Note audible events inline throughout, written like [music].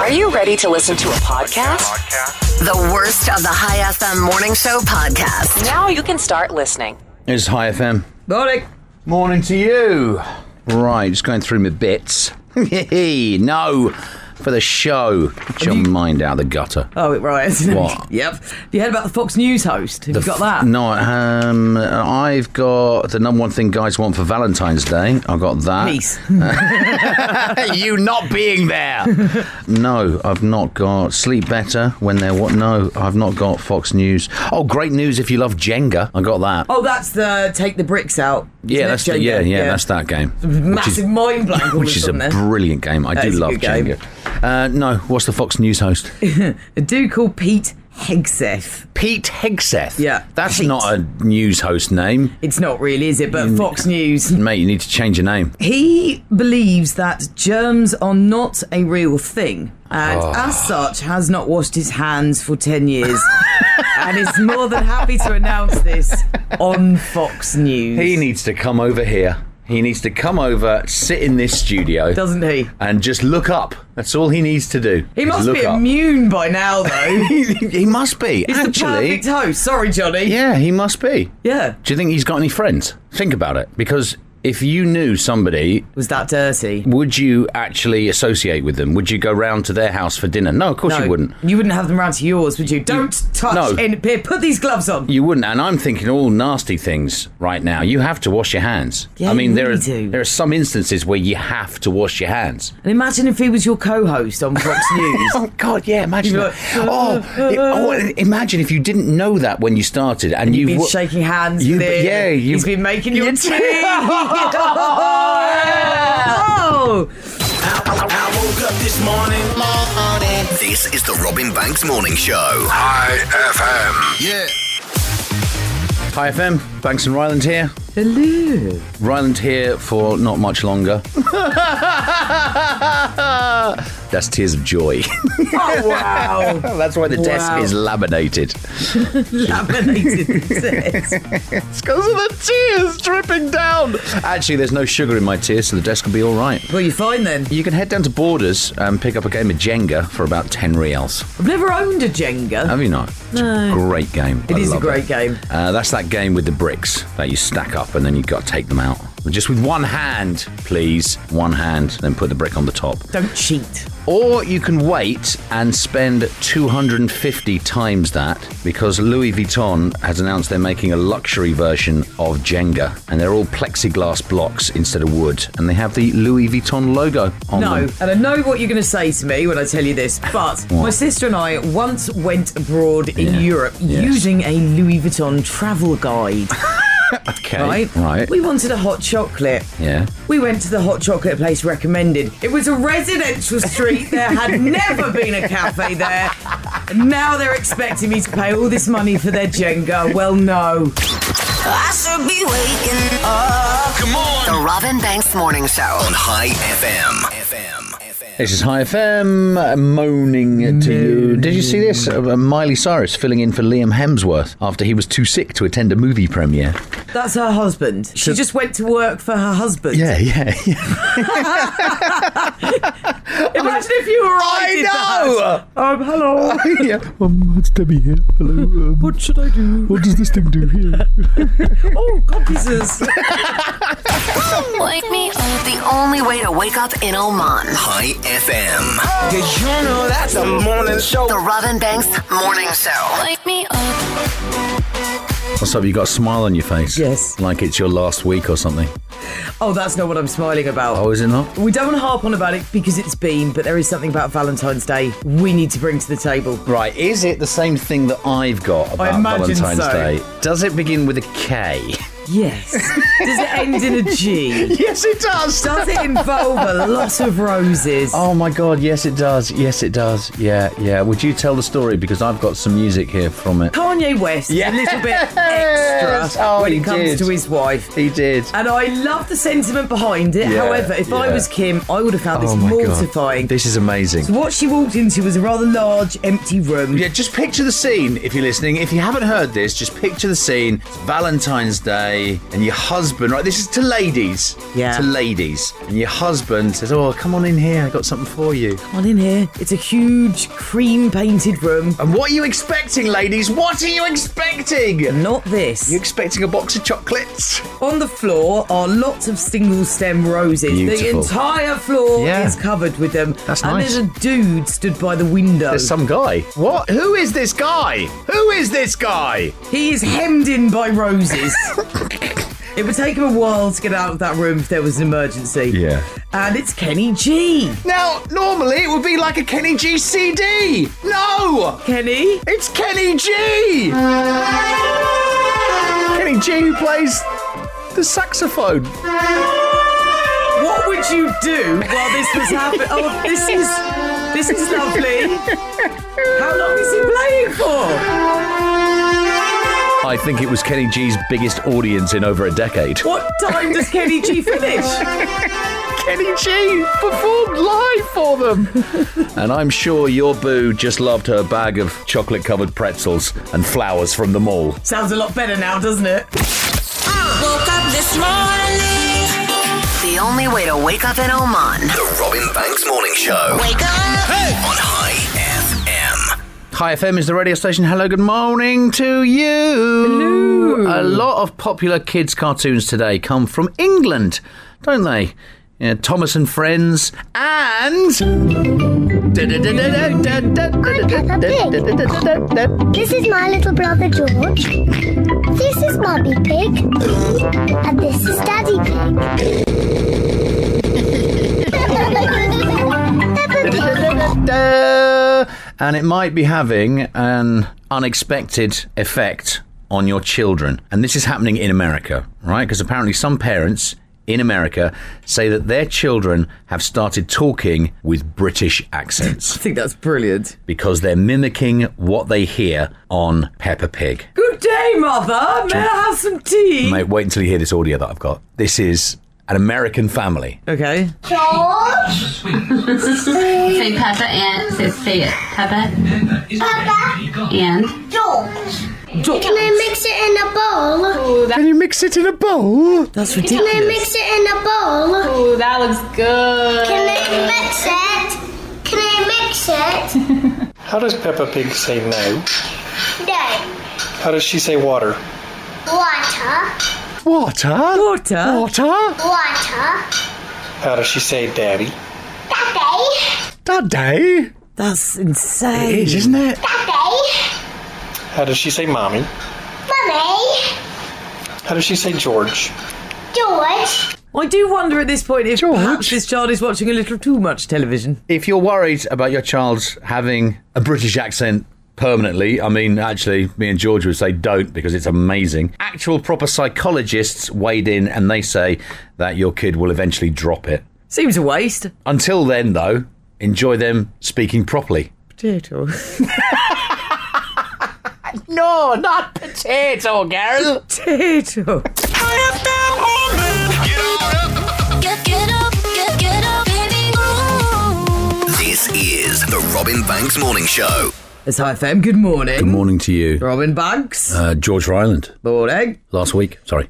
Are you ready to listen to a podcast? The worst of the High FM Morning Show podcast. Now you can start listening. It's High FM. Morning. Morning to you. Right, just going through my bits. [laughs] no, for the show. Get your mind out of the gutter. Oh, right. [laughs] What? yep. Have you heard about the Fox News host? Have you got that? No, um, I've got the number one thing guys want for Valentine's Day. I've got that. [laughs] Peace. you not [laughs] being there. no, I've not got sleep better when they're what? No, I've not got Fox News. Oh, great news if you love Jenga. I got that. Oh, that's the take the bricks out. yeah, that's the, Jenga, yeah, yeah, that's that game. Which is- Massive mind blank. all of [laughs] which is a sudden there. brilliant game. I That do is a love good game. Jenga. Uh, no, what's the Fox [laughs] News host? a dude called Pete Hegseth. Pete Hegseth. Yeah, that's Pete. not a news host name, It's not really, is it? Mm. But Fox News. mate. You need to change your name. He believes that germs are not a real thing, and Ah. as such, has not washed his hands for ten years, [laughs] and is more than happy to announce this on Fox News. He needs to come over here. He needs to come over, sit in this studio, doesn't he? and just look up. That's all he needs to do. He is must look be up. immune by now, though. [laughs] he must be. He's the [laughs] actually, perfect host. Sorry, Johnny. yeah, he must be. Yeah. Do you think he's got any friends? Think about it, because if you knew somebody Was that dirty? would you actually associate with them? Would you go round to their house for dinner? No, of course you wouldn't. You wouldn't have them round to yours, would you? Don't touch no. in here, Put these gloves on. You wouldn't, and I'm thinking all nasty things right now. You have to wash your hands. Yeah, I mean, you there really are do. there are some instances where you have to wash your hands. and imagine if he was your co-host on [laughs] Fox News. Oh God, yeah, imagine You're that. oh, like, uh, i- oh, imagine if you didn't know that when you started, and, you You've been wa- shaking hands You- with him. yeah, you- he's been making your You- tea. [laughs] oh, I woke up this morning. This is the Robin Banks Morning Show. High FM. Yeah. Hi FM, Banks and Ryland here. hello. Ryland here for not much longer. [laughs] That's tears of joy. [laughs] Oh wow, That's why the desk Wow. is laminated. [laughs] [laughs] laminated sex. It's because of the tears dripping down. Actually, there's no sugar in my tears, so the desk will be all right. Well, you're fine then. You can head down to Borders and pick up a game of Jenga for about 10 reals. I've never owned a Jenga. Have you not? It's a great game. It Oh, I is a love great game. Uh, that's that game with the bricks that you stack up and then you've got to take them out. Just with one hand, please. One hand, then put the brick on the top. Don't cheat. Or you can wait and spend 250 times that because Louis Vuitton has announced they're making a luxury version of Jenga and they're all plexiglass blocks instead of wood and they have the Louis Vuitton logo on No, them. and I know what you're going to say to me when I tell you this, but my sister and I once went abroad in Yeah. Europe Yes. using a Louis Vuitton travel guide. Okay. Right? [laughs] Right. We wanted a hot chocolate. yeah. We went to the hot chocolate place recommended. It was a residential street. There had [laughs] never been a cafe there. And now they're expecting me to pay all this money for their Jenga. Well, no. I should be waking up. Come on. The Robin Banks Morning Show. On High FM. FM. This is High FM uh, moaning to you. Did you see this? Uh, Miley Cyrus filling in for Liam Hemsworth after he was too sick to attend a movie premiere. That's her husband. She just went to work for her husband. Yeah, yeah, [laughs] yeah. Imagine if you were I, I did know. that. Um, hello. yeah. Um, it's Debbie here. Hello. Um, What should I do? what does this thing do here? [laughs] Oh, God, Jesus. Wake me up. The only way to wake up in Oman. High FM. Cause you know that's a morning show. The Robin Banks Morning Show. Wake me up. What's up? You got a smile on your face? Yes. Like it's your last week or something. Oh, that's not what I'm smiling about. Oh, is it not? We don't want to harp on about it because it's been, but there is something about Valentine's Day we need to bring to the table. Right. Is it the same thing that I've got about imagine Valentine's so. Day? Does it begin with a K? Yes. Does it end in a G? [laughs] yes, it does. Does it involve a lot of roses? Oh my God! Yes, it does. Yes, it does. Yeah, yeah. Would you tell the story because I've got some music here from it. Kanye West is a little bit extra Yes. Oh, when he it comes did. to his wife. He did. And I love the sentiment behind it. Yeah, However, if I yeah. was Kim, I would have found this Oh my God. mortifying. This is amazing. What she walked into was a rather large, empty room. Yeah, just picture the scene if you're listening. If you haven't heard this, just picture the scene. It's Valentine's Day. away, and your husband, right? This is to ladies. Yeah. To ladies. And your husband says, Oh, come on in here. I got something for you. Come on in here. It's a huge cream painted room. And what are you expecting, ladies? What are you expecting? You're Not this. expecting a box of chocolates? On the floor are lots of single stem roses. The Beautiful. entire floor Yeah. is covered with them. That's and nice. there's a dude stood by the window. There's some guy. What? Who is this guy? Who is this guy? He is hemmed in by [laughs] roses. it would take him a while to get out of that room if there was an emergency. Yeah. And it's Kenny G. Now, normally it would be like a Kenny G CD. No! Kenny? It's Kenny G! Kenny G who plays the saxophone. What would you do while this was happening? Oh, this is this is lovely. How long is he playing for? I think it was Kenny G's biggest audience in over a decade. What time does Kenny G finish? Kenny G performed live for them. and I'm sure your boo just loved her bag of chocolate covered pretzels and flowers from the mall. Sounds a lot better now, doesn't it? Woke up this morning. The only way to wake up in Oman. The Robin Banks Morning Show Wake up. on High FM. Hi FM is the radio station. Hello, good morning to you. A lot of popular kids' cartoons today come from England, don't they? Yeah, Thomas and Friends and. This is my little brother George. This is Mummy Pig. And this is Daddy Pig. [laughs] Peppa Pig. And it might be having an unexpected effect on your children. And this is happening in America, right? Because apparently some parents in America say that their children have started talking with British accents. I think that's brilliant. because they're mimicking what they hear on Peppa Pig. Good day, mother. May I have some tea? Mate, wait until you hear this audio that I've got. This is an American family. Okay. George. Say Peppa and say, say it. Peppa Peppa. and George. Can I mix it in a bowl? Can you mix it in a bowl? That's Can I ridiculous. mix it in a bowl? Ooh, that looks good. Can I mix it? Can I mix it? [laughs] How does Peppa Pig say no? No. How does she say water? Water. Water? Water. Water? Water. How does she say daddy? Daddy. Daddy? That's insane. It is, isn't it? Daddy. How does she say mommy? Mummy. How does she say George? George. I do wonder at this point if perhaps this child is watching a little too much television. If you're worried about your child having a British accent permanently, I mean, actually, me and George would say don't because it's amazing. Actual proper psychologists weighed in and they say that your kid will eventually drop it. Seems a waste. Until then, though, enjoy them speaking properly. Potato. [laughs] No, not potato, girl. Potato. Get, get up. Get, get up, baby. Ooh. This is the Robin Banks Morning Show. It's High FM. Good morning. Good morning to you, Robin Banks. uh, George Ryland. morning. Last week, sorry.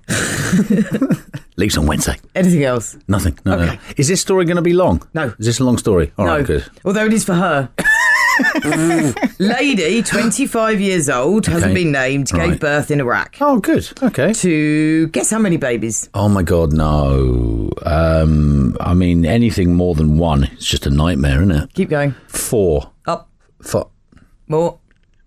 [laughs] Leaves on Wednesday. Anything else? Nothing. No, no. Is this story going to be long? No. Is this a long story? All right, good. Although it is for her. [laughs] Lady, 25 years old, hasn't Okay. been named, Right. gave birth in Iraq. Oh, good. Okay. To guess how many babies? Oh my God, no. Um, I mean, anything more than one, it's just a nightmare, isn't it? Keep going. Four. Up. Four. More.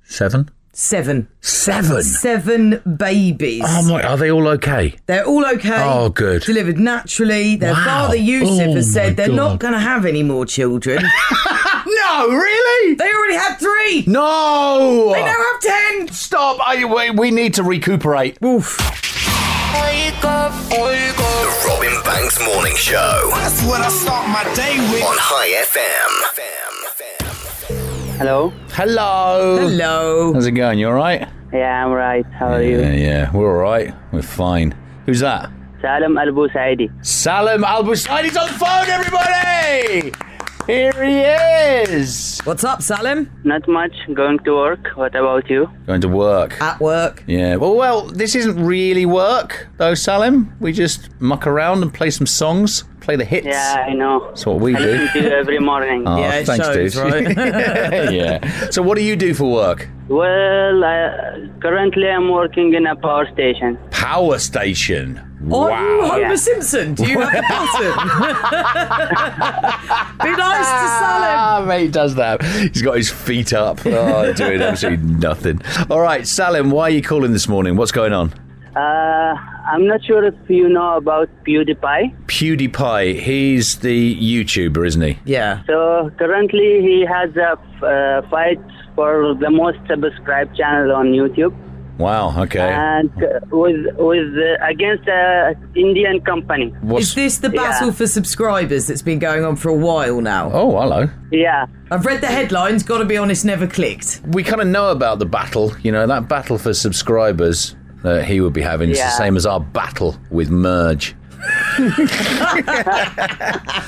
Seven. Seven. Seven. Seven babies. Oh my! Are they all okay? They're all okay. Oh, good. Delivered naturally. Their Wow. father Yusuf Oh, has my said they're God. not going to have any more children. [laughs] No, really? they already had three. No. They now have ten. Stop! I, we, we need to recuperate. Oof. The Robin Banks Morning Show That's what I start my day with. on High FM. Hello. Hello. How's it going? You all right? Yeah, I'm right. How are you? Yeah, yeah. We're all right. We're fine. Who's that? Salam Al Busaidi. Salam Al Busaidi's on the phone, everybody. Here he is. What's up, Salim? Not much. Going to work. What about you? Going to work. At work. Yeah. Well, well, this isn't really work though, Salim. We just muck around and play some songs, play the hits. Yeah, I know. That's what we I do. [laughs] listen to you every [laughs] morning. Oh, thanks, dude. [laughs] yeah. So, what do you do for work? Well, I, currently I'm working in a power station. Power station. Are you wow. Homer Simpson? Do you have a button? [laughs] Be nice to Salim. Ah, mate does that. He's got his feet up, oh, doing absolutely [laughs] nothing. All right, Salim, why are you calling this morning? What's going on? Uh, I'm not sure if you know about PewDiePie. PewDiePie, he's the YouTuber, isn't he? Yeah. So currently he has a uh, fight for the most subscribed channel on YouTube. Wow. Okay. And uh, with with uh, against an Indian company. Is this the battle for subscribers that's been going on for a while now? Oh, hello. Yeah. I've read the headlines, gotta be honest, never clicked. we kind of know about the battle, you know, that battle for subscribers that he would be having is the Yeah. same as our battle with Merge.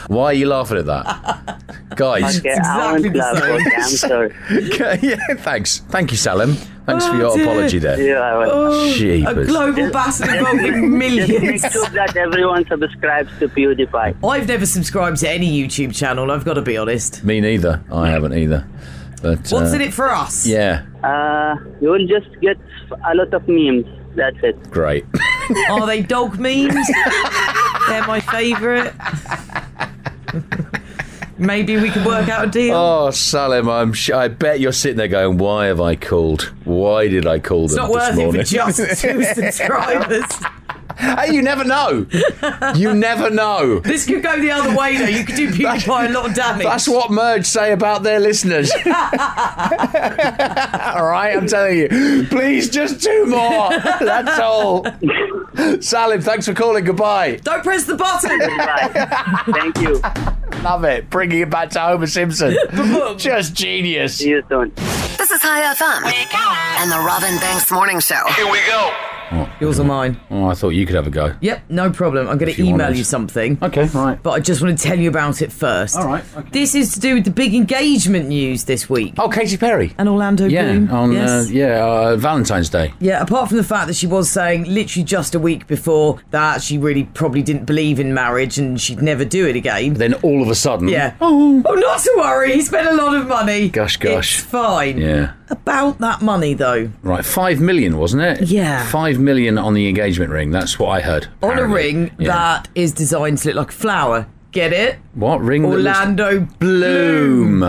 Why are you laughing at that? Guys. Okay, I won't laugh. Okay, I'm sorry. [laughs] Okay, yeah, thanks. Thank you, Salim. Thanks for Oh, your dear. apology there. Yeah, I will. [laughs] Oh, Jeepers. a [laughs] global battle [laughs] involving millions. Just make sure that everyone subscribes to PewDiePie. I've never subscribed to any YouTube channel, I've gotta be honest. Me neither. I haven't either. But What's uh, in it for us? Yeah, Uh, you will just get a lot of memes. That's it. great. Are they dog [laughs] memes? They're my favourite. Maybe we could work out a deal. Oh, Salim, I'm sh- I bet you're sitting there going, "Why have I called? Why did I call it's not them this worth it morning?" for just two subscribers. [laughs] hey, you never know. You never know. This could go the other way, though. You could do PewDiePie a lot of damage. That's what Merge say about their listeners. [laughs] all right, I'm telling you. Please, just two more. That's all. Salim, thanks for calling. Goodbye. Don't press the button. Thank you. Love it. Bringing it back to Homer [laughs] Simpson. just genius. See you soon. This is High FM and the Robin Banks Morning Show. Here we go. Yours or mine? Oh, I thought you could have a go. Yep, no problem. I'm going If to you email wanted. you something. Okay, right. But I just want to tell you about it first. All right, This is to do with the big engagement news this week. Oh, Katy Perry. And Orlando Yeah, Bloom. on yes. uh, yeah uh, Valentine's Day. Yeah, apart from the fact that she was saying literally just a week before that she really probably didn't believe in marriage and she'd never do it again. Then all of a sudden, Yeah. Oh, not to worry. He spent a lot of money. Gosh, gosh. It's fine. yeah. About that money, though. Right, five million, wasn't it? Yeah. five million on the engagement ring. That's what I heard. On a apparently. ring Yeah. that is designed to look like a flower. Get it? What ring? that looks- Orlando Bloom.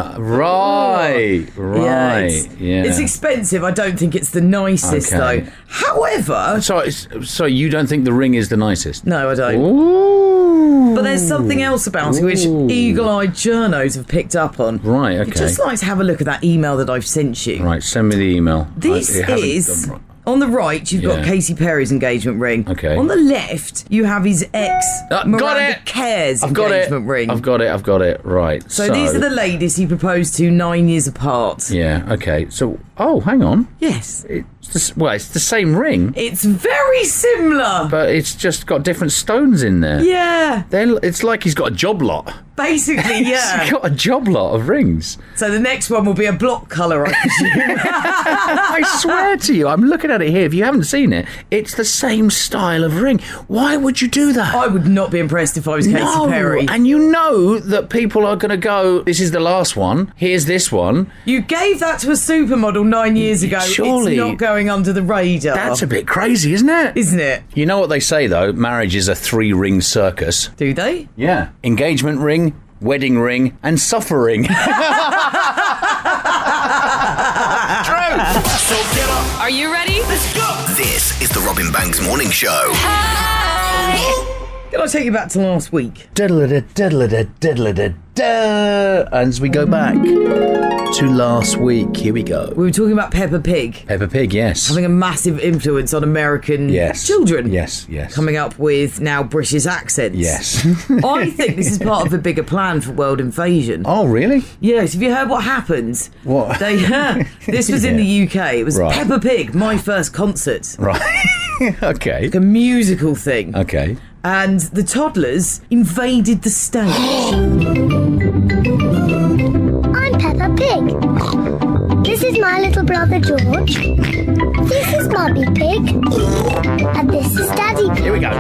Right. Yeah, Right. it's, Yeah. it's expensive. I don't think it's the nicest Okay. though. However, [laughs] so, it's, so you don't think the ring is the nicest? no, I don't. But there's something else about it which Ooh. eagle-eyed journos have picked up on. Right. You'd Okay. Just like to have a look at that email that I've sent you. right. Send me the email. This I- I haven't is done- on the right. You've got Yeah. Katy Perry's engagement ring. Okay. On the left, you have his ex Uh, got Miranda it! Cares I've got engagement it. ring. I've got it. I've got it. Right. so, these are the ladies he proposed to nine years apart. Yeah. Okay. So. Oh, hang on. Yes, It's the, s- well, it's the same ring, it's very similar. but it's just got different stones in there. yeah, Then it's like he's got a job lot. [laughs] basically, yeah. He's got a job lot of rings. So the next one will be a block colour, I presume. I swear to you, I'm looking at it here. If you haven't seen it, it's the same style of ring. Why would you do that? I would not be impressed if I was Katy no. Perry. And you know that people are going to go, this is the last one, here's this one. You gave that to a supermodel nine years ago. Surely- it's not going under the radar, That's a bit crazy, isn't it? Oh. isn't it? You know what they say, though? Marriage is a three ring circus. Do they? Yeah. Engagement ring, wedding ring, [laughs] and suffering. Are you ready? This is the Robin Banks Morning Show. Can I take you back to last week? diddle-a-da, diddle-a-da, diddle-a-da-da. And as we go back to last week, here we go. We were talking about Peppa Pig Peppa Pig, yes. having a massive influence on American Yes. children. Yes, yes. Coming up with now British accents. Yes. [laughs] I think this is part of a bigger plan for world invasion. [laughs] oh, really? Yes, have you heard what happened? What? They uh, [laughs] this was in the UK. It was Right. Peppa Pig, my first concert, Right. [laughs] okay. a musical thing, Okay. [gasps] and the toddlers invaded the stage. Pig. This is my little brother George. This is Mummy Pig. And this is Daddy Pig. Here we go.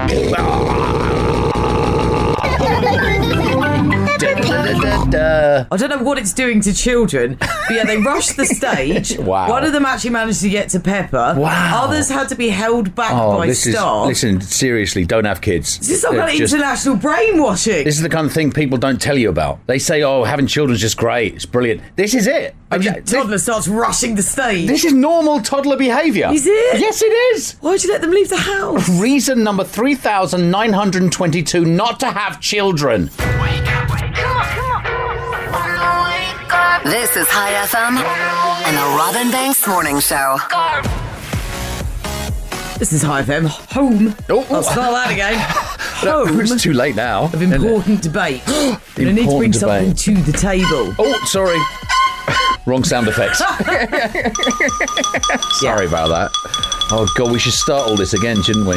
I don't know what it's doing to children, but yeah, they rushed the stage. [laughs] Wow. One of them actually managed to get to Pepper. Wow. Oh, Others had to be held back by this staff. is listen. Seriously, don't have kids. This is some They're kind of just- international brainwashing. This is the kind of thing people don't tell you about. They say, "Oh, having children's just great. It's brilliant." This is it. And your toddler starts rushing the stage. This is normal toddler behaviour. Is it? Yes, it is. Why'd you let them leave the house? Reason number three thousand nine hundred twenty-two: not to have children. This is High FM and the Robin Banks Morning Show. This is High FM. Home. I'll spell Oh, [laughs] that again. Home. [laughs] It's too late now. Of [gasps] important debate. I need to bring Important something to the table. Oh, sorry. Wrong [laughs] sound effects. Sorry about that. Oh god, we should start all this again, shouldn't we?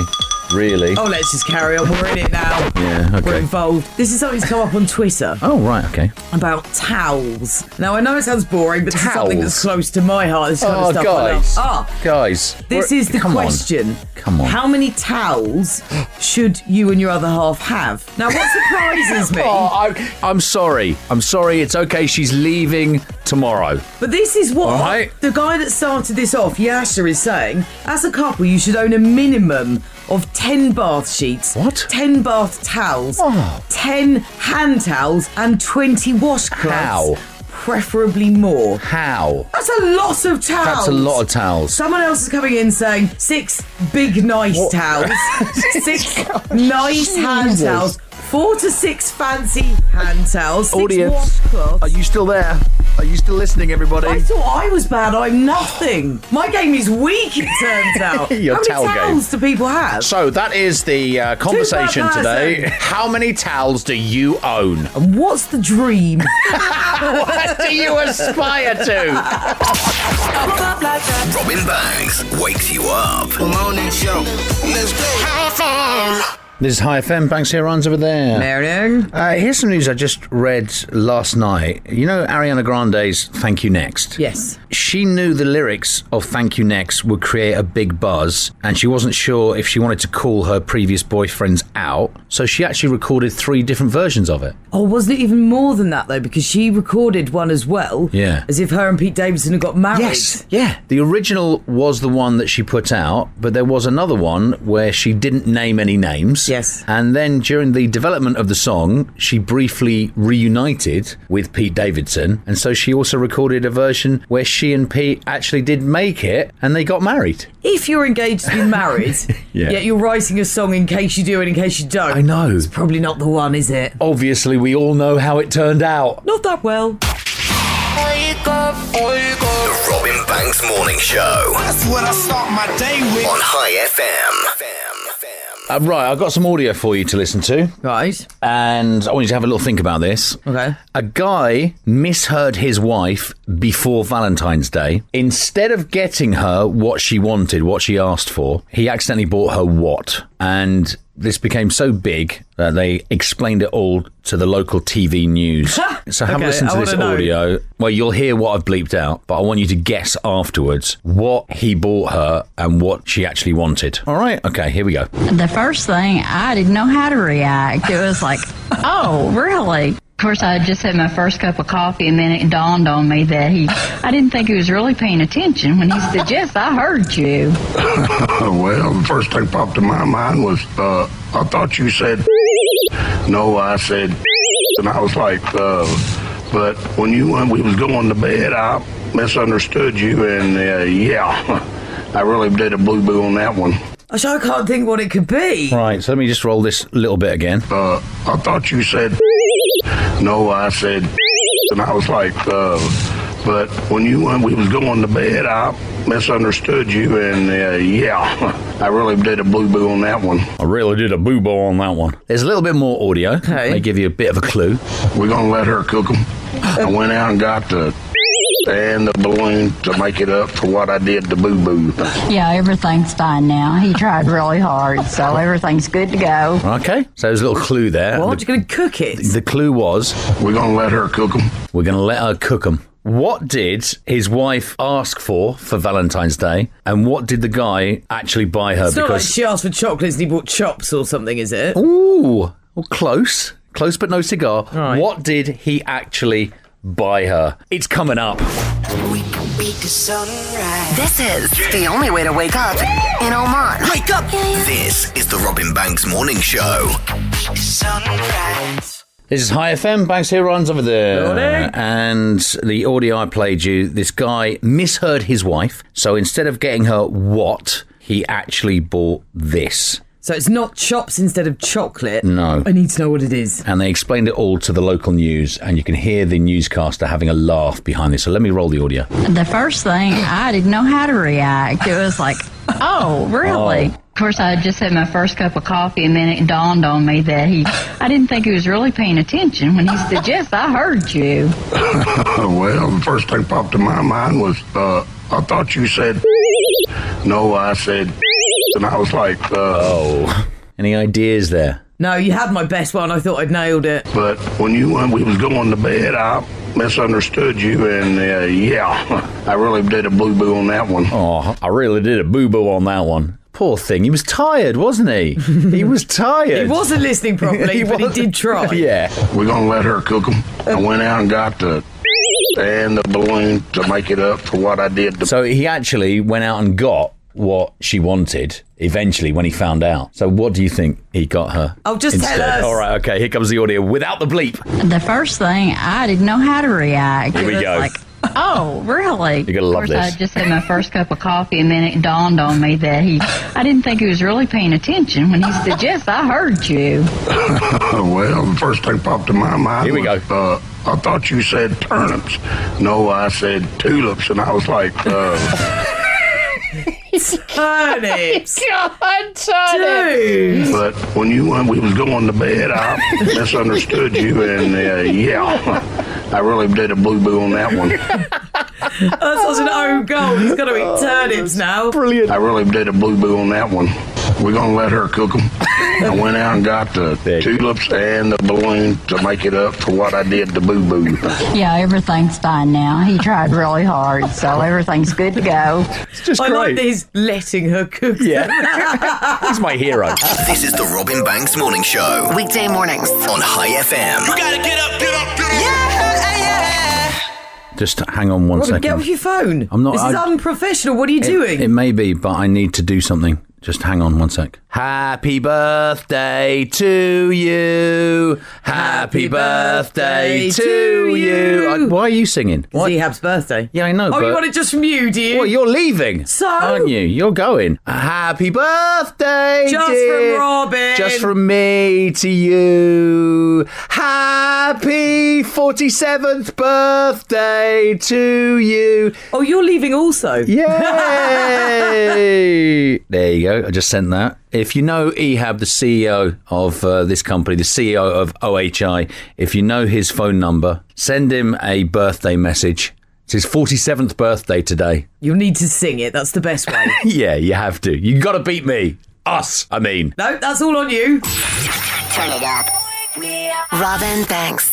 Really? Oh, let's just carry on. We're in it now. Yeah, okay. We're involved. This is something that's come up on Twitter. Oh, right, okay. About towels. Now, I know it sounds boring, but this is something that's close to my heart. This kind Oh, of stuff. I love. guys. Ah, Guys. this we're- is the come on. question. Come on. How many towels should you and your other half have? Now, what [gasps] surprises me. Oh, I, I'm sorry. I'm sorry. It's okay. She's leaving tomorrow. But this is what All right. the guy that started this off, Yasha, is saying. As a couple, you should own a minimum of 10 bath sheets, what? 10 bath towels, Oh. 10 hand towels, and 20 washcloths. How? Preferably more. How? That's a lot of towels. That's a lot of towels. Someone else is coming in saying six big nice [laughs] towels, six nice hand Jesus. towels, four to six fancy hand towels, six Audience, washcloths. are you still there? Are you still listening, everybody? I thought I was bad. I'm nothing. My game is weak. It [laughs] turns out. Your How many towel game. towels do people have? So that is the uh, conversation per today. person. How many towels do you own? And what's the [laughs] dream? what do you aspire to? Robin Banks wakes you up. Morning show. Let's go. This is High FM. Banks here, runs over there. Morning. Uh, here's some news I just read last night. You know Ariana Grande's "Thank You Next." Yes. She knew the lyrics of Thank You Next would create a big buzz, and she wasn't sure if she wanted to call her previous boyfriends out, so she actually recorded three different versions of it. Or was Oh, it even more than that though? Because she recorded one as well. Yeah. As if her and Pete Davidson had got married. Yes, yeah. The original was the one that she put out, but there was another one where she didn't name any names. Yes. And then during the development of the song, she briefly reunited with Pete Davidson. And so she also recorded a version where she and Pete actually did make it and they got married. If you're engaged [laughs] to be married, Yeah. yet you're writing a song in case you do and in case you don't. I know. It's probably not the one, is it? Obviously, we all know how it turned out. Not that well. The Robin Banks Morning Show. That's what I start my day with. On High FM. Uh, right, I've got some audio for you to listen to. Right. And I want you to have a little think about this. Okay. A guy misheard his wife before Valentine's Day. Instead of getting her what she wanted, what she asked for, he accidentally bought her what? And this became so big that they explained it all to the local TV [laughs] news. so have Okay, a listen I to this wanna know. audio. Well, you'll hear what I've bleeped out, but I want you to guess afterwards what he bought her and what she actually wanted. All right? Okay, here we go. The first thing, I didn't know how to react. It was [laughs] like, oh, really? Of course, I just had my first cup of coffee, and then it dawned on me that he, I didn't think he was really paying attention when he said, Yes, I heard you. Uh, well, the first thing popped in my mind was uh, I thought you said no. I said, and I was like, uh, but when you when we was going to bed, I misunderstood you, and uh, yeah, [laughs] I really did a blue boo on that one. I sure can't think what it could be. Right, so let me just roll this little bit again. Uh, I thought you said no. I said, and I was like, uh, but when you when we was going to bed, I misunderstood you, and uh, yeah, [laughs] I really did a blue boo on that one. I really did a boo boo on that one. There's a little bit more audio. Okay. They give you a bit of a clue. We're gonna let her cook them. I went out and got the and the balloon to make it up for what I did to Boo Boo. Yeah, everything's fine now. He tried really hard, so everything's good to go. Okay. So there's a little clue there. What? You're going to cook it? The clue was We're going to let her cook them. We're going to let her cook them. What did his wife ask for for Valentine's Day, and what did the guy actually buy her? It's not like she asked for chocolates and he bought chops or something, is it? Oh. Ooh, well, close, close, but no cigar. What did he actually buy her? It's coming up. This is the only way to wake up in Oman. Wake up! This is the Robin Banks Morning Show. This is High FM. Banks here, runs over there. Morning. And the audio I played you, this guy misheard his wife. So instead of getting her what, he actually bought this. So it's not chops instead of chocolate. No. I need to know what it is. And they explained it all to the local news, and you can hear the newscaster having a laugh behind this. So let me roll the audio. The first thing, I didn't know how to react. It was like, oh, really? Of course, I had just had my first cup of coffee, and then it dawned on me that he, I didn't think he was really paying attention when he said, Yes, I heard you. Uh, well, the first thing popped in my mind was uh, I thought you said. No, I said. And I was like, uh, oh. [laughs] Any ideas there? No, you had my best one. I thought I'd nailed it. But when you when we was going to bed, I misunderstood you, and uh, yeah, [laughs] I really did a boo boo on that one. Oh, I really did a boo boo on that one. Poor thing. He was tired, wasn't [laughs] he? he was He tired. [laughs] wasn't listening properly, but he did try. Yeah. We're gonna let her cook them. I went out and got the and the balloon to make it up for what I did. To So he actually went out and got what she wanted eventually when he found out. So what do you think he got her? Oh, just tell instead? us. All right, okay. Here comes the audio without the bleep. The first thing, I didn't know how to react. Here It we was go. like, oh, really? [laughs] You're gonna love Of course, I this. had just had my first cup of coffee, and then it dawned on me that he, I didn't think he was really paying attention when he said, Yes, I heard you. [laughs] well, the first thing popped in my mind. Here we go. Uh, I thought you said turnips. No, I said tulips, and I was like, [laughs] uh, [laughs] Turnips. God, but when you when we was going to bed, I misunderstood you, and uh, yeah, [laughs] I really did a boo boo on that one. That's such an [laughs] own goal. He's got to Oh, eat turnips now. Brilliant. I really did a boo boo on that one. We're gonna let her cook them. I went out and got the tulips and the balloon to make it up for what I did to boo boo. Yeah, everything's fine now. He tried really hard, so everything's good to go. just I like that he's letting her cook. Yeah. he's my hero. This is the Robin Banks Morning Show Weekday mornings. on High FM. You gotta get up, get up, get up. [laughs] Just hang on [laughs] one Robin, second. get off your phone. I'm not. This is I- unprofessional. What are you it- doing? It, may be, but I need to do something. Just hang on one sec. Happy birthday to you. Happy birthday to you. I- why are you singing? It's Ehab's birthday. Yeah, I know. oh, but... you want it just from you, do you? Well, you're leaving. So? Aren't you? You're going. Happy birthday, Just dear. from Robin. Just from me to you. Happy 47th birthday to you. Oh, you're leaving also. [laughs] Yay! there you go. I just sent that. If you know Ehab, the CEO of uh, this company, the CEO of OHI, if you know his phone number, send him a birthday message. It's his 47th birthday today. You'll need to sing it. That's the best [laughs] way. Yeah, you have to. You got to beat me. Us, I mean. no, that's all on you. Turn it up. Robin Banks.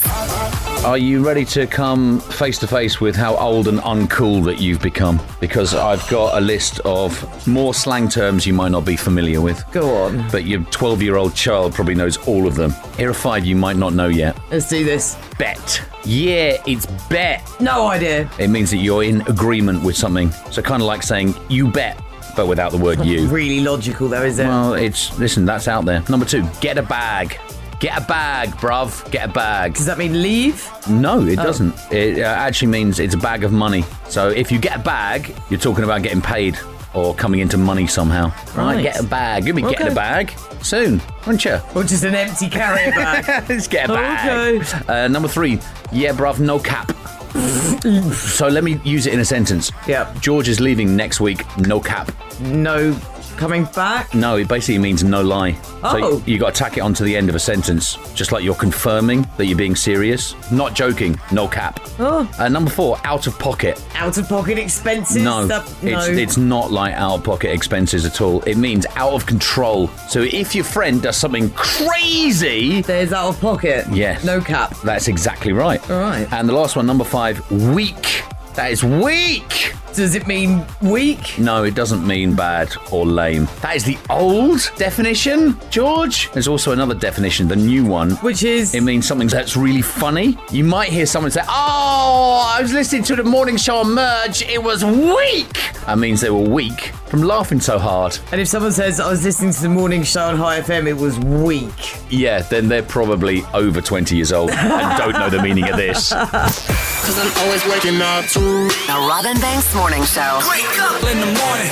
Are you ready to come face to face with how old and uncool that you've become? Because I've got a list of more slang terms you might not be familiar with. Go on. But your 12 year old child probably knows all of them. Here are five you might not know yet. Let's do this. Bet. Yeah, it's bet. No idea. It means that you're in agreement with something. So, kind of like saying, you bet, but without the word you. [laughs] Really logical, though, is it? Well, it's listen. That's out there. Number two, get a bag. Get a bag, bruv. Get a bag. Does that mean leave? No, it Oh. doesn't. It uh, actually means it's a bag of money. So if you get a bag, you're talking about getting paid or coming into money somehow. Right? Right. Get a bag. You'll be getting Okay. a bag soon, won't you? [laughs] Or just an empty carrier bag. Let's get a bag. Uh, number three, yeah, bruv, no cap. [laughs] so let me use it in a sentence. Yeah. George is leaving next week. No cap. No coming back? No, it basically means no lie. Oh. So you got to tack it onto the end of a sentence, just like you're confirming that you're being serious, not joking, no cap. Oh. Uh, number four, out of pocket. Out of pocket expenses? No, That- no. It's, it's not like out of pocket expenses at all. It means out of control. So if your friend does something crazy, there's out of pocket. Yes, no cap. That's exactly right. All right. And the last one, number five, weak. That is weak. Does it mean weak? No, it doesn't mean bad or lame. That is the old definition, George. There's also another definition, the new one, which is it means something that's really funny. You might hear someone say, "Oh, I was listening to the morning show on Merge. It was weak." That means they were weak from laughing so hard. And if someone says, I was listening to the morning show on High FM, it was weak. Yeah, then they're probably over 20 years [laughs] old and don't know the meaning of this. Because I'm always waking up to The Robin Banks Morning Show. Wake up in the morning.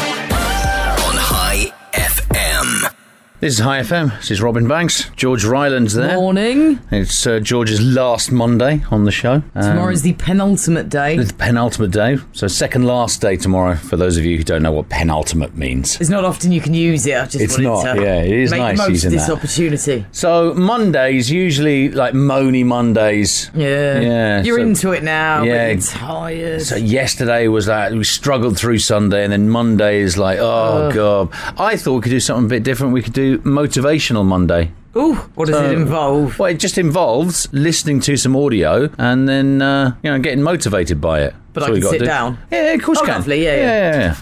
on High FM. This is High FM. This is Robin Banks. George Ryland's there. Morning. It's uh, George's last Monday on the show. Um, Tomorrow's the penultimate day. it's the penultimate day. So, second last day tomorrow for those of you who don't know what penultimate means. It's not often you can use it. I just It's wanted not, to yeah, it is make nice the most using of this that. opportunity. So Mondays usually like moany Mondays. Yeah. yeah. You're so- into it now, Yeah. but you're tired. So yesterday was like we struggled through Sunday, and then Monday is like, oh Ugh. god. I thought we could do something a bit different. We could do motivational Monday. Ooh, what does So- it involve? Well, it just involves listening to some audio and then uh, you know getting motivated by it. But That's I all you can gotta sit do. down. Yeah, of course oh, you can. Lovely, yeah, yeah. yeah, yeah, yeah.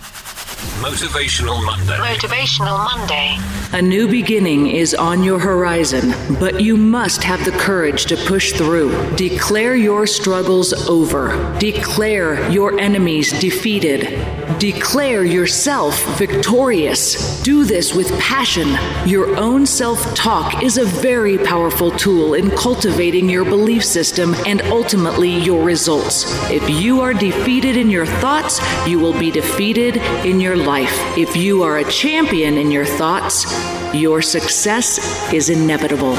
Motivational Monday. Motivational Monday. A new beginning is on your horizon, but you must have the courage to push through. Declare your struggles over. Declare your enemies defeated. Declare yourself victorious. Do this with passion. Your own self talk is a very powerful tool in cultivating your belief system and ultimately your results. If you are defeated in your thoughts, you will be defeated in your life. If you are a champion in your thoughts, your success is inevitable.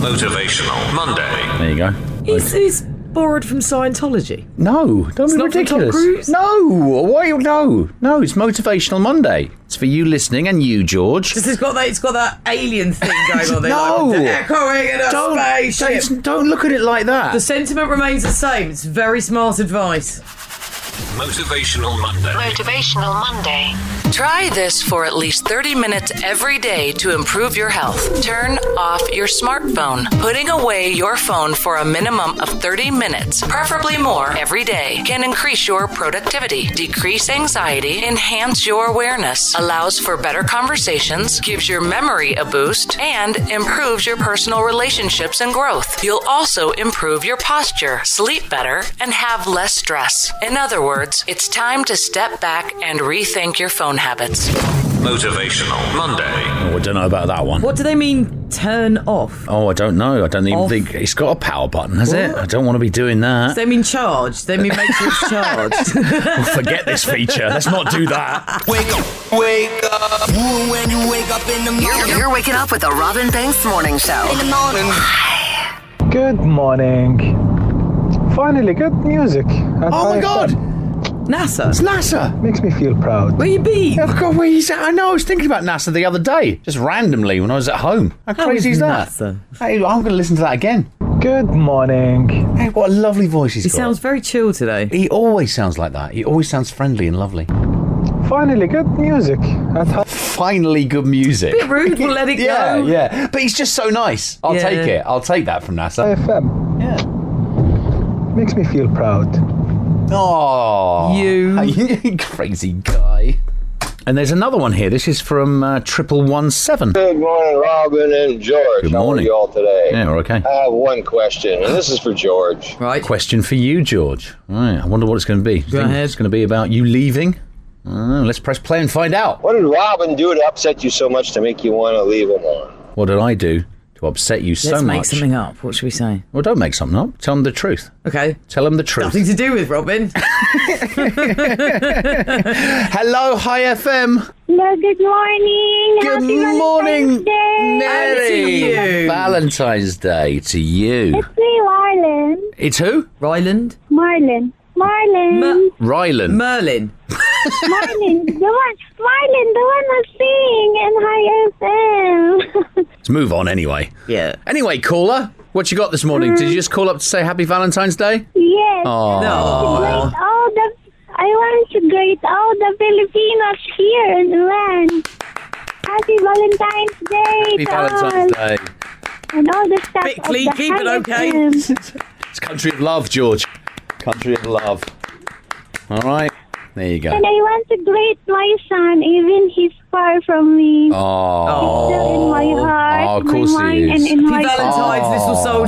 Motivational Monday. There you go. Is this borrowed from Scientology? No, don't It's be not from Tom ridiculous. Cruise? No, why? you- No, no. It's motivational Monday. It's for you listening and you, George. This has got that. It's got that alien thing going on. There, [laughs] No. like, echoing in a Don't- spaceship. don't- don't look at it like that. The sentiment remains the same. It's very smart advice. Motivational Monday. Motivational Monday. Try this for at least 30 minutes every day to improve your health. Turn off your smartphone. Putting away your phone for a minimum of 30 minutes, preferably more, every day can increase your productivity, decrease anxiety, enhance your awareness, allows for better conversations, gives your memory a boost, and improves your personal relationships and growth. You'll also improve your posture, sleep better, and have less stress. In other words, it's time to step back and rethink your phone habits. Motivational Monday. Oh, I don't know about that one. What do they mean? Turn off. Oh, I don't know. I don't even Off. think it's got a power button, has it? What? I don't want to be doing Does that. [laughs] Oh, they mean charged? They mean make sure [laughs] it's charged. Forget this feature. Let's not do that. Wake up. Wake up. When you wake up in the morning. You're, you're waking up with the Robin Banks Morning Show. In the morning. Good morning. Finally, good music. Oh my God. NASA. It's NASA. Makes me feel proud. Where you been? Oh, God, where you sa- I know. I was thinking about NASA the other day, just randomly when I was at home. How, crazy is is that? NASA? Hey, I'm going to listen to that again. Good morning. Hey, what a lovely voice he's He got. sounds very chill today. He always sounds like that. He always sounds friendly and lovely. Finally, good music. Finally, good music. Bit rude, we'll let it [laughs] yeah, go. yeah. But he's just so nice. I'll Yeah. take it. I'll take that from NASA. FM. Yeah. Makes me feel proud. Oh, You. [laughs] crazy guy. And there's another one here. This is from uh, triple one seven. Good morning, Robin and George. Good How are morning. you all today? Yeah, we're okay. I have one question, and this is for George. Right. Question for you, George. Right. I wonder what it's going to be. Go ahead. It's going to be about you leaving. I don't know. Let's press play and find out. What did Robin do to upset you so much to make you want to leave him on? What did I do to upset you so Let's much? make something up. What should we say? Well, don't make something up. Tell them the truth. Okay. Tell them the truth. Nothing to do with [laughs] Robin. Hello, Hi FM. Hello, good morning. Good Happy Valentine's morning, Day. Merry Valentine's Day to you. It's me, Marlon. It's who? Ryland. Marlon. Marlon. Rylan. Merlin. Marlon, the one, Marlon, the one who's singing in High FM. Let's move on anyway. Yeah. Anyway, caller, what you got this morning? Did you just call up to say Happy Valentine's Day? [laughs] yes. Aw. I want to greet all the, I want to greet all the Filipinos here in Iran. Happy Valentine's Day. Happy to Valentine's all. Day. And all the stuff. Bit clean, keep it okay. It's country of love, George. Country of love. All right. There you go. And I want to greet my son, even he's far from me. Oh. Still in my heart, Oh, of course my he mind, is. and in my Oh.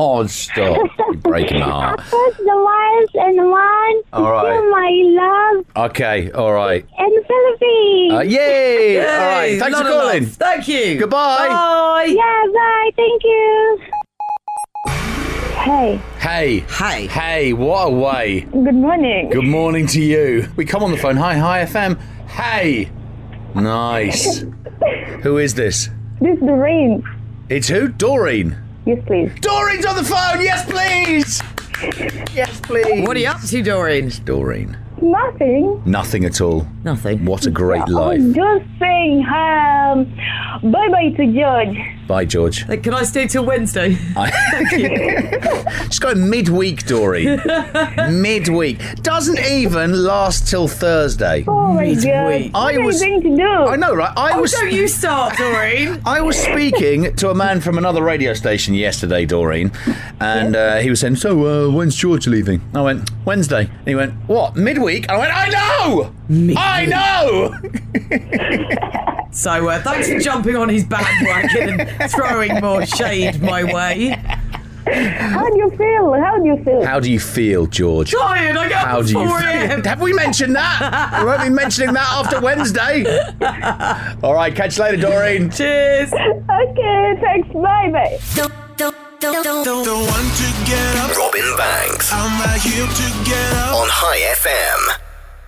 Oh, stop. You're breaking my [laughs] heart. First the ones and one, All right. still my love Okay, all right. and Philippines. Uh, yay! All right, thanks for calling. Thank you. Goodbye. Bye. Yeah, bye. Thank you. Hey, Hey. Hey. Hey, what a way. good morning. Good morning to you. We come on the phone. Hi, hi, FM. Hey. Nice. Who is this? This is Doreen. It's who? Doreen. Yes, please. Doreen's on the phone. Yes, please. Yes, please. What are you up to, Doreen? Doreen. Nothing. Nothing at all. Nothing. What a great I life. was just saying um, bye bye to George. Bye, George. Like, Can I stay till Wednesday? I- She's going midweek, [laughs] Doreen. midweek. Doesn't even last till Thursday. Oh my god. I what was- are you going to do? I know, right? I Oh, [laughs] was. don't you start, Doreen. I was speaking to a man from another radio station yesterday, Doreen, and uh, he was saying, "So, uh, when's George leaving?" I went, "Wednesday." And he went, "What? Midweek?" I went, "I know, I know." So uh, thanks for jumping on his bandwagon and throwing more shade my way. How do you feel? How do you feel? How do you feel, George? Tired, I got How up do you? 4 a.m. Have we mentioned that? we won't be mentioning that after [laughs] Wednesday. All right, catch you later, Doreen. Cheers. Okay, thanks. Bye bye. Don't want to get up. Robin Banks I'm not here to get up. on High FM.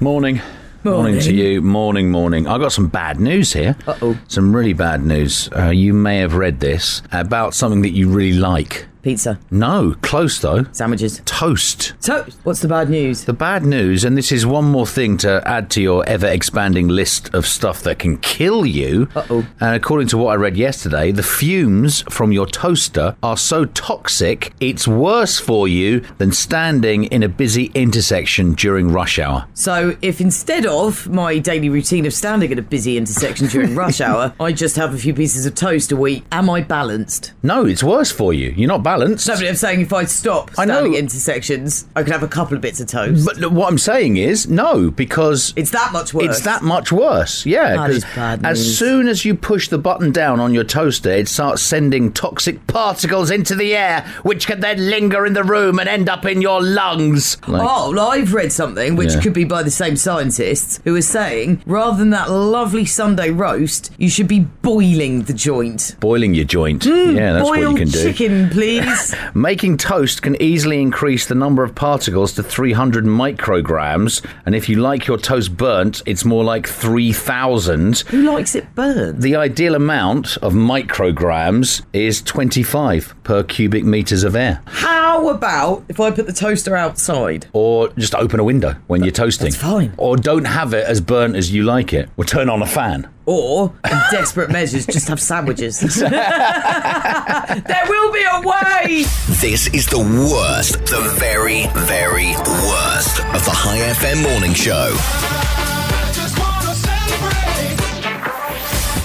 Morning. Morning. to you. Morning, morning. I got some bad news here. Uh oh. Some really bad news. Uh, you may have read this about something that you really like. Pizza. No, close though. Sandwiches. Toast. So, what's the bad news? The bad news, and this is one more thing to add to your ever expanding list of stuff that can kill you. Uh oh. And according to what I read yesterday, the fumes from your toaster are so toxic, it's worse for you than standing in a busy intersection during rush hour. So, if instead of my daily routine of standing at a busy intersection during [laughs] rush hour, I just have a few pieces of toast a week, am I balanced? No, it's worse for you. You're not balanced. No, but I'm saying if I stop I know. standing at intersections, I could have a couple of bits of toast. But no, what I'm saying is no, because it's that much worse. it's that much worse. Yeah, That 'cause is bad as news. soon as you push the button down on your toaster, it starts sending toxic particles into the air, which can then linger in the room and end up in your lungs. Like, oh, well, I've read something which Yeah. could be by the same scientists who are saying rather than that lovely Sunday roast, you should be boiling the joint. Boiling your joint. yeah, that's what Hmm, Boiled you can do. chicken, [laughs] please. Making toast can easily increase the number of particles to 300 micrograms, and if you like your toast burnt, it's more like 3,000. who likes it burned? The ideal amount of micrograms is 25 per cubic meters of air. How about if I put the toaster outside? Or just open a window when you're toasting. that's fine. Or don't have it as burnt as you like it. Or turn on a fan. Or, in desperate measures, just have [laughs] sandwiches. there will be a way! This is the worst, the very, very worst of the High FM morning show.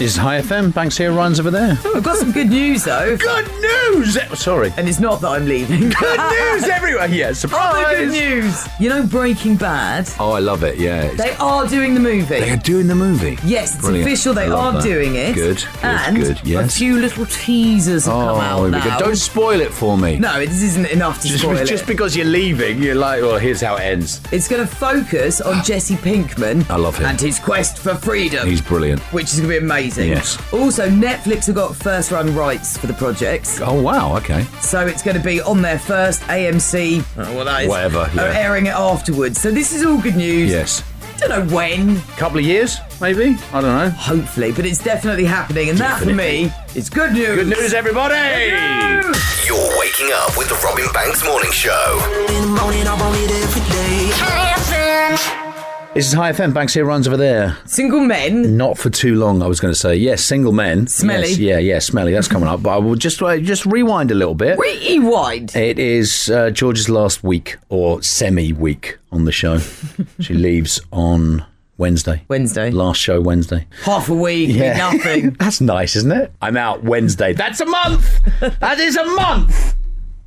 This is High FM. Banks here, Ryan's over there. I've got some good news, though. Good news! Sorry. And it's not that I'm leaving. [laughs] Good news everywhere. Yeah, surprise. Other good news! You know Breaking Bad? Oh, I love it. Yeah. it's- They are doing the movie. They are doing the movie. Yes, it's Brilliant. official. I They love are that. doing it. Good. Good. and good. Yes. a few little teasers have oh, come out here we go. now. Don't spoil it for me. No, this isn't enough to Just, spoil just it. because you're leaving, you're like, well, here's how it ends. It's going to focus on Jesse Pinkman. I love him. And his quest for freedom. He's brilliant. which is going to be amazing. Yes. Also, Netflix have got first run rights for the projects. Oh, wow. Okay. So it's going to be on their first AMC, I Oh, don't know what that is, Whatever, are yeah. Oh, airing it afterwards. So this is all good news. Yes. Don't know when, Couple of years, maybe? I don't know. hopefully, but it's definitely happening. And that for me is good news. Good news, everybody! You're waking up with the Robin Banks morning show. In the morning, I want it every day. Listen. This is High FM. Banks here, runs over there. Single men. Not for too long, I was going to say. Yes, single men. Smelly. Yes, yeah, yeah, smelly. That's coming up. But I will just uh, just rewind a little bit. Rewind. It is uh, George's last week or semi week on [laughs] the show. she leaves on Wednesday. Wednesday. Last show Wednesday. Half a week, Yeah. nothing. [laughs] That's nice, isn't it? I'm out Wednesday. That's a month. that is a month.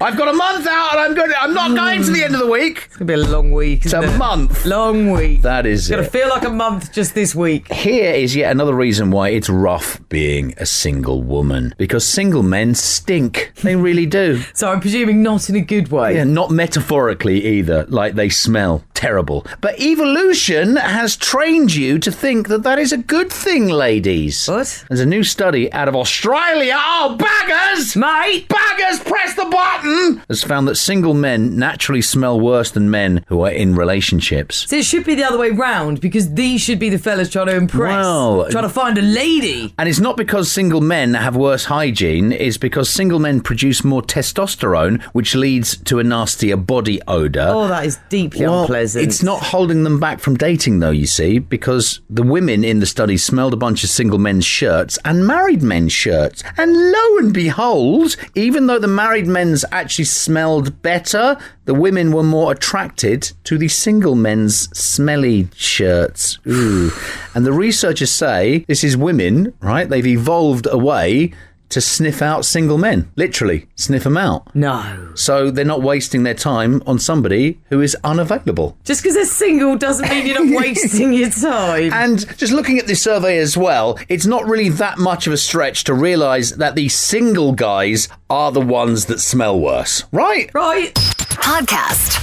I've got a month out, and I'm going. To, I'm not going to the end of the week. It's gonna be a long week. It's a month. Long week. That is It's gonna it. feel like a month just this week. Here is yet another reason why it's rough being a single woman because single men stink. They really [laughs] do. so I'm presuming not in a good way. Yeah, not metaphorically either. Like they smell terrible. But evolution has trained you to think that that is a good thing, ladies. What? There's a new study out of Australia. Oh, baggers! Mate! Baggers, press the button! Has found that single men naturally smell worse than men who are in relationships. So it should be the other way round because these should be the fellas trying to impress, Well- trying to find a lady. And it's not because single men have worse hygiene, it's because single men produce more testosterone, which leads to a nastier body odour. Oh, that is deeply Well, unpleasant. It's not holding them back from dating, though, you see, because the women in the study smelled a bunch of single men's shirts and married men's shirts. And lo and behold, even though the married men's actually smelled better, the women were more attracted to the single men's smelly shirts. Ooh. and the researchers say this is women, right? They've evolved away. To sniff out single men, literally sniff them out. No. So they're not wasting their time on somebody who is unavailable. Just because they're single doesn't mean you're [laughs] not wasting your time. [laughs] And just looking at this survey as well, it's not really that much of a stretch to realise that the single guys are the ones that smell worse, right? Right. Podcast.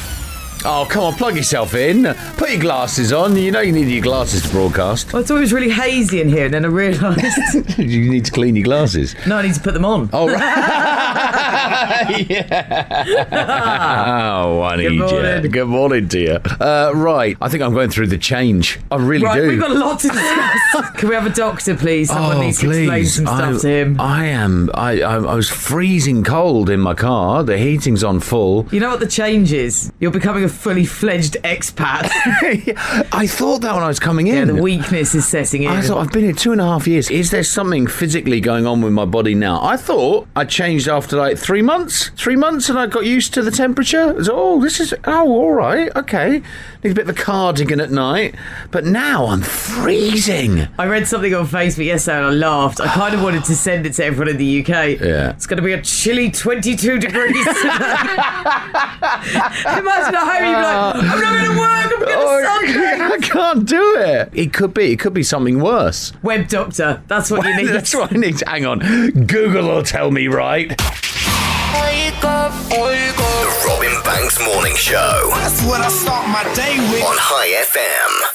Oh, come on, plug yourself in. Put your glasses on. You know you need your glasses to broadcast. I thought it was really hazy in here, and then I [laughs] realised [laughs] you need to clean your [laughs] glasses. no, I need to put them on. [laughs] Oh, oh, one Good idiot. morning. Good morning to you. Uh, right, I think I'm going through the change. I really right, do. we've got a lot to [laughs] discuss. Can we have a doctor, please? Someone needs to explain some stuff Oh, I, to him. I am. I, I I was freezing cold in my car. The heating's on full. [laughs] You know what the change is? You're becoming a fully fledged [laughs] expat. I thought that when I was coming in. Yeah, the weakness is setting in. I thought I've been here two and a half years. Is there something physically going on with my body now? I thought I changed after like three months, three months, and I got used to the temperature. I was like, oh, this is oh, all right, okay. Need a bit of a cardigan at night, but now I'm freezing. I read something on Facebook yesterday and I laughed. I kind of wanted to send it to everyone in the UK. Yeah. It's going to be a chilly 22 degrees [laughs] today. Imagine at home, you'd be like, I'm not going to work, I'm going to Oh, [laughs] I can't do it. It could be. It could be something worse. Web doctor, that's what [laughs] you need. That's what I need. to- Hang on. Google will tell me right. The Robin Banks Morning Show That's what I start my day with. on High FM.